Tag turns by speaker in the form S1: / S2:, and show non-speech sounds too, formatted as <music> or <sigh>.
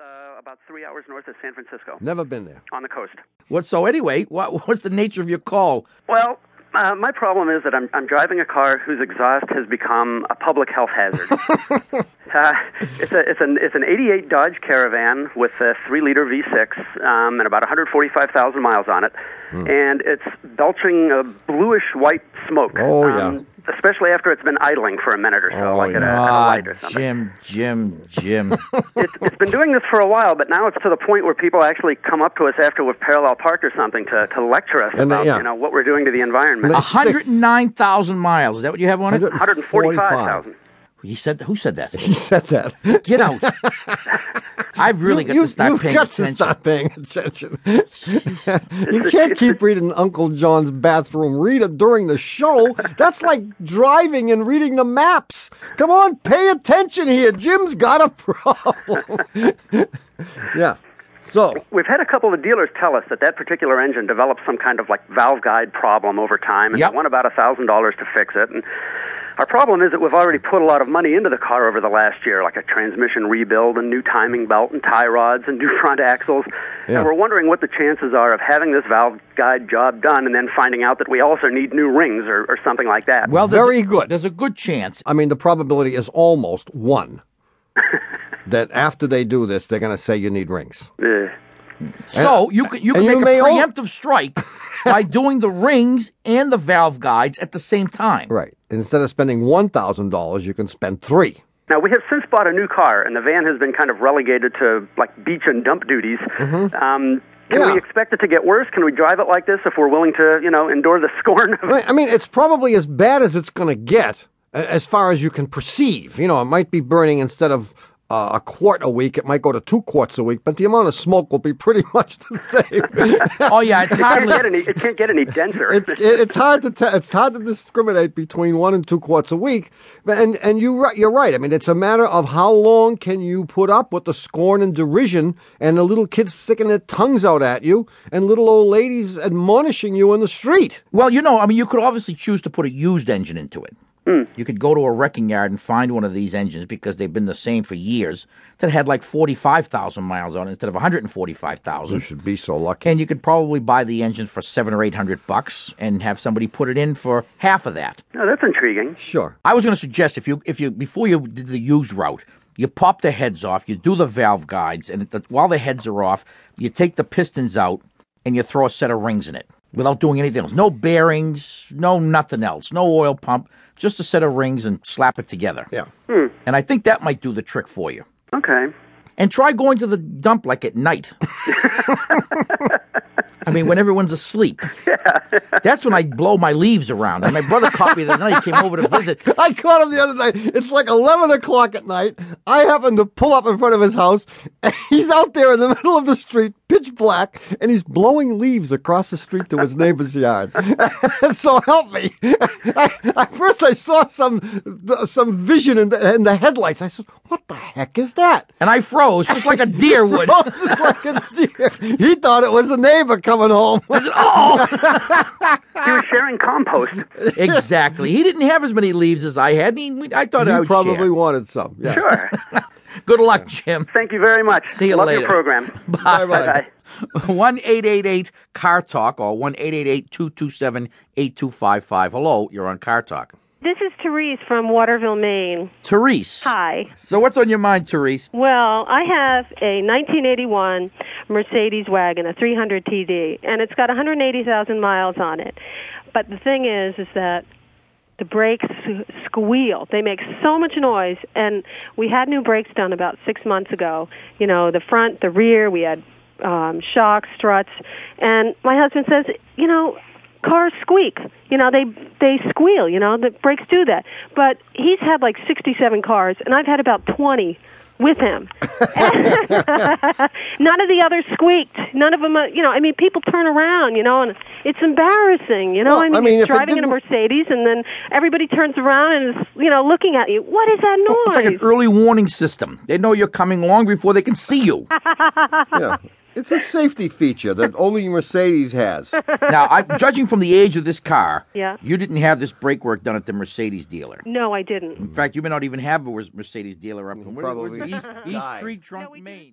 S1: uh, about three hours north of San Francisco
S2: Never been there.
S1: on the coast.
S3: What? So anyway, what <laughs> what's the nature of your call?
S1: Well, uh, my problem is that I'm, I'm driving a car whose exhaust has become a public health
S2: <laughs>
S1: hazard. uh, it's, a, it's, an, it's an 88 Dodge Caravan with a 3 liter V6 um, and about 145,000 miles on it.
S2: Hmm.
S1: And it's belching a bluish white smoke.
S2: Oh, yeah.
S1: um, Especially after it's been idling for a minute or so,
S2: Oh,
S1: like at,
S2: yeah.
S1: a, at a light or something.
S3: Ah, Jim, Jim,
S2: <laughs>
S3: Jim.
S1: it's, it's been doing this for a while, but now it's to the point where people actually come up to us after we've parallel parked or something to, to lecture us
S2: And they-
S1: about
S2: yeah.
S1: you know what we're doing to the environment.
S2: They-
S3: hundred and nine thousand miles. Is that what you have on it?
S1: 145,000.
S3: He said. Who said that?
S2: <laughs> He said that. <laughs>
S3: Get out. I've really got
S2: you,
S3: to start
S2: have
S3: paying
S2: got
S3: attention.
S2: to stop paying attention. <laughs> you can't keep reading Uncle John's bathroom reader during the show. That's like driving and reading the maps. Come on, pay attention here. Jim's got a problem. <laughs> yeah. So,
S1: We've had a couple of dealers tell us that that particular engine developed some kind of like valve guide problem over time, and
S3: Yep.
S1: they want about a thousand dollars to fix it. And our problem is that we've already put a lot of money into the car over the last year, like a transmission rebuild, and new timing belt, and tie rods, and <laughs> new front axles.
S2: Yeah.
S1: And we're wondering what the chances are of having this valve guide job done, and then finding out that we also need new rings or, or something like that.
S3: Well, there's
S2: Very
S3: a,
S2: good.
S3: There's a good chance.
S2: I mean, the probability is almost one that after they do this, they're going to say you need rings.
S1: Ugh.
S3: So you can you can
S2: and you
S3: make
S2: may
S3: a
S2: al-
S3: preemptive strike by doing the rings and the valve guides at the same time.
S2: Right. Instead of spending $1,000, you can spend three.
S1: Now, we have since bought a new car, and the van has been kind of relegated to like beach and dump duties. Um, can
S2: Yeah.
S1: we expect it to get worse? Can we drive it like this if we're willing to, you know, endure the <laughs> scorn of
S2: Right, I mean, it's probably as bad as it's going to get a- as far as you can perceive. You know, it might be burning instead of uh, a quart a week, it might go to two quarts a week, but the amount of smoke will be pretty <laughs> much the same.
S3: Oh yeah, it's
S1: it? Can't
S2: <laughs>
S3: hardly.
S1: get any, it can't get any denser.
S2: it's it- it's hard to tell. It's hard to discriminate between one and two quarts a week. But and and you ri- you're right. I mean, it's a matter of how long can you put up with the scorn and derision and the little kids sticking their tongues out at you and little old ladies admonishing you in the street.
S3: Well, you know, I mean, you could obviously choose to put a used engine into it. You could go to a wrecking yard and find one of these engines because they've been the same for years that had like 45,000 miles on it instead of 145,000.
S2: should be so lucky.
S3: And you could probably buy the engine for seven or eight hundred bucks and have somebody put it in for half of that.
S1: no, that's intriguing.
S2: Sure.
S3: I was going to suggest if you if you before you did the used route, you pop the heads off, you do the valve guides, and the, while the heads are off, you take the pistons out and you throw a set of rings in it without doing anything else. No bearings, no nothing else, no oil pump, just a set of rings and slap it together.
S2: Yeah.
S3: And I think that might do the trick for you.
S1: Okay.
S3: And try going to the dump like at night. I mean, when everyone's asleep. That's when I blow my leaves around. And my brother caught me the night he came over to visit.
S2: <laughs> I caught him the other night. It's like 11 o'clock at night. I happen to pull up in front of his house. <laughs> And he's out there in the <laughs> middle of the street, pitch black, and he's blowing leaves across the street to his neighbor's yard. <laughs> so help me. <laughs> I, at first, I saw some some vision in the, in the headlights. I said, What the heck is that? <laughs>
S3: and I froze just like a deer would.
S2: Oh, it's just like a deer. He thought it was a neighbor coming home.
S3: I said, "Oh!"
S1: He was sharing compost.
S3: exactly. He didn't have as many leaves as I had. and He, I thought I
S2: He
S3: would
S2: probably
S3: share.
S2: wanted some. Yeah.
S1: Sure.
S3: Good luck, Jim. <laughs>
S1: Thank you very much.
S3: See you
S1: Love
S3: later.
S1: your program.
S2: Bye bye.
S1: Bye.
S3: One eight eight eight Car Talk or one eight eight eight two two seven eight two five five. Hello, you're on Car Talk.
S4: This is Therese from Waterville, Maine.
S3: Therese.
S4: Hi.
S3: So what's on your mind, Therese?
S4: Well, I have a 1981 Mercedes wagon, a 300 TD, and it's got 180,000 miles on it. But the thing is, is that the brakes squeal. They make so much noise, and we had new brakes done about six months ago. You know, the front, the rear. We had um, shocks, struts, and my husband says, you know, cars squeak. You know, they they squeal. You know, the brakes do that. But he's had like 67 cars, and I've had about 20 with him. <laughs> None of the others squeaked. None of them, uh, you know. I mean, people turn around, you know, and it's embarrassing. You know,
S2: Well,
S4: I mean,
S2: I mean,
S4: you're
S2: if it
S4: driving in a
S2: didn't-
S4: Mercedes, and then everybody turns around and is, you know, looking at you. What is that
S3: It's like an
S4: noise?
S3: early warning system. They know you're coming long before they can see
S4: <laughs>
S3: you.
S2: yeah. It's a safety feature that only Mercedes has.
S3: now, I'm judging from the age of this car.
S4: Yeah.
S3: You didn't have this brake work done at the Mercedes dealer.
S4: no, I didn't.
S3: In fact, you may not even have a Mercedes dealer up in where- where's
S2: Probably
S3: it? East, East <laughs>
S2: die.
S3: Street, Trunk,
S4: No, we do-
S3: Maine.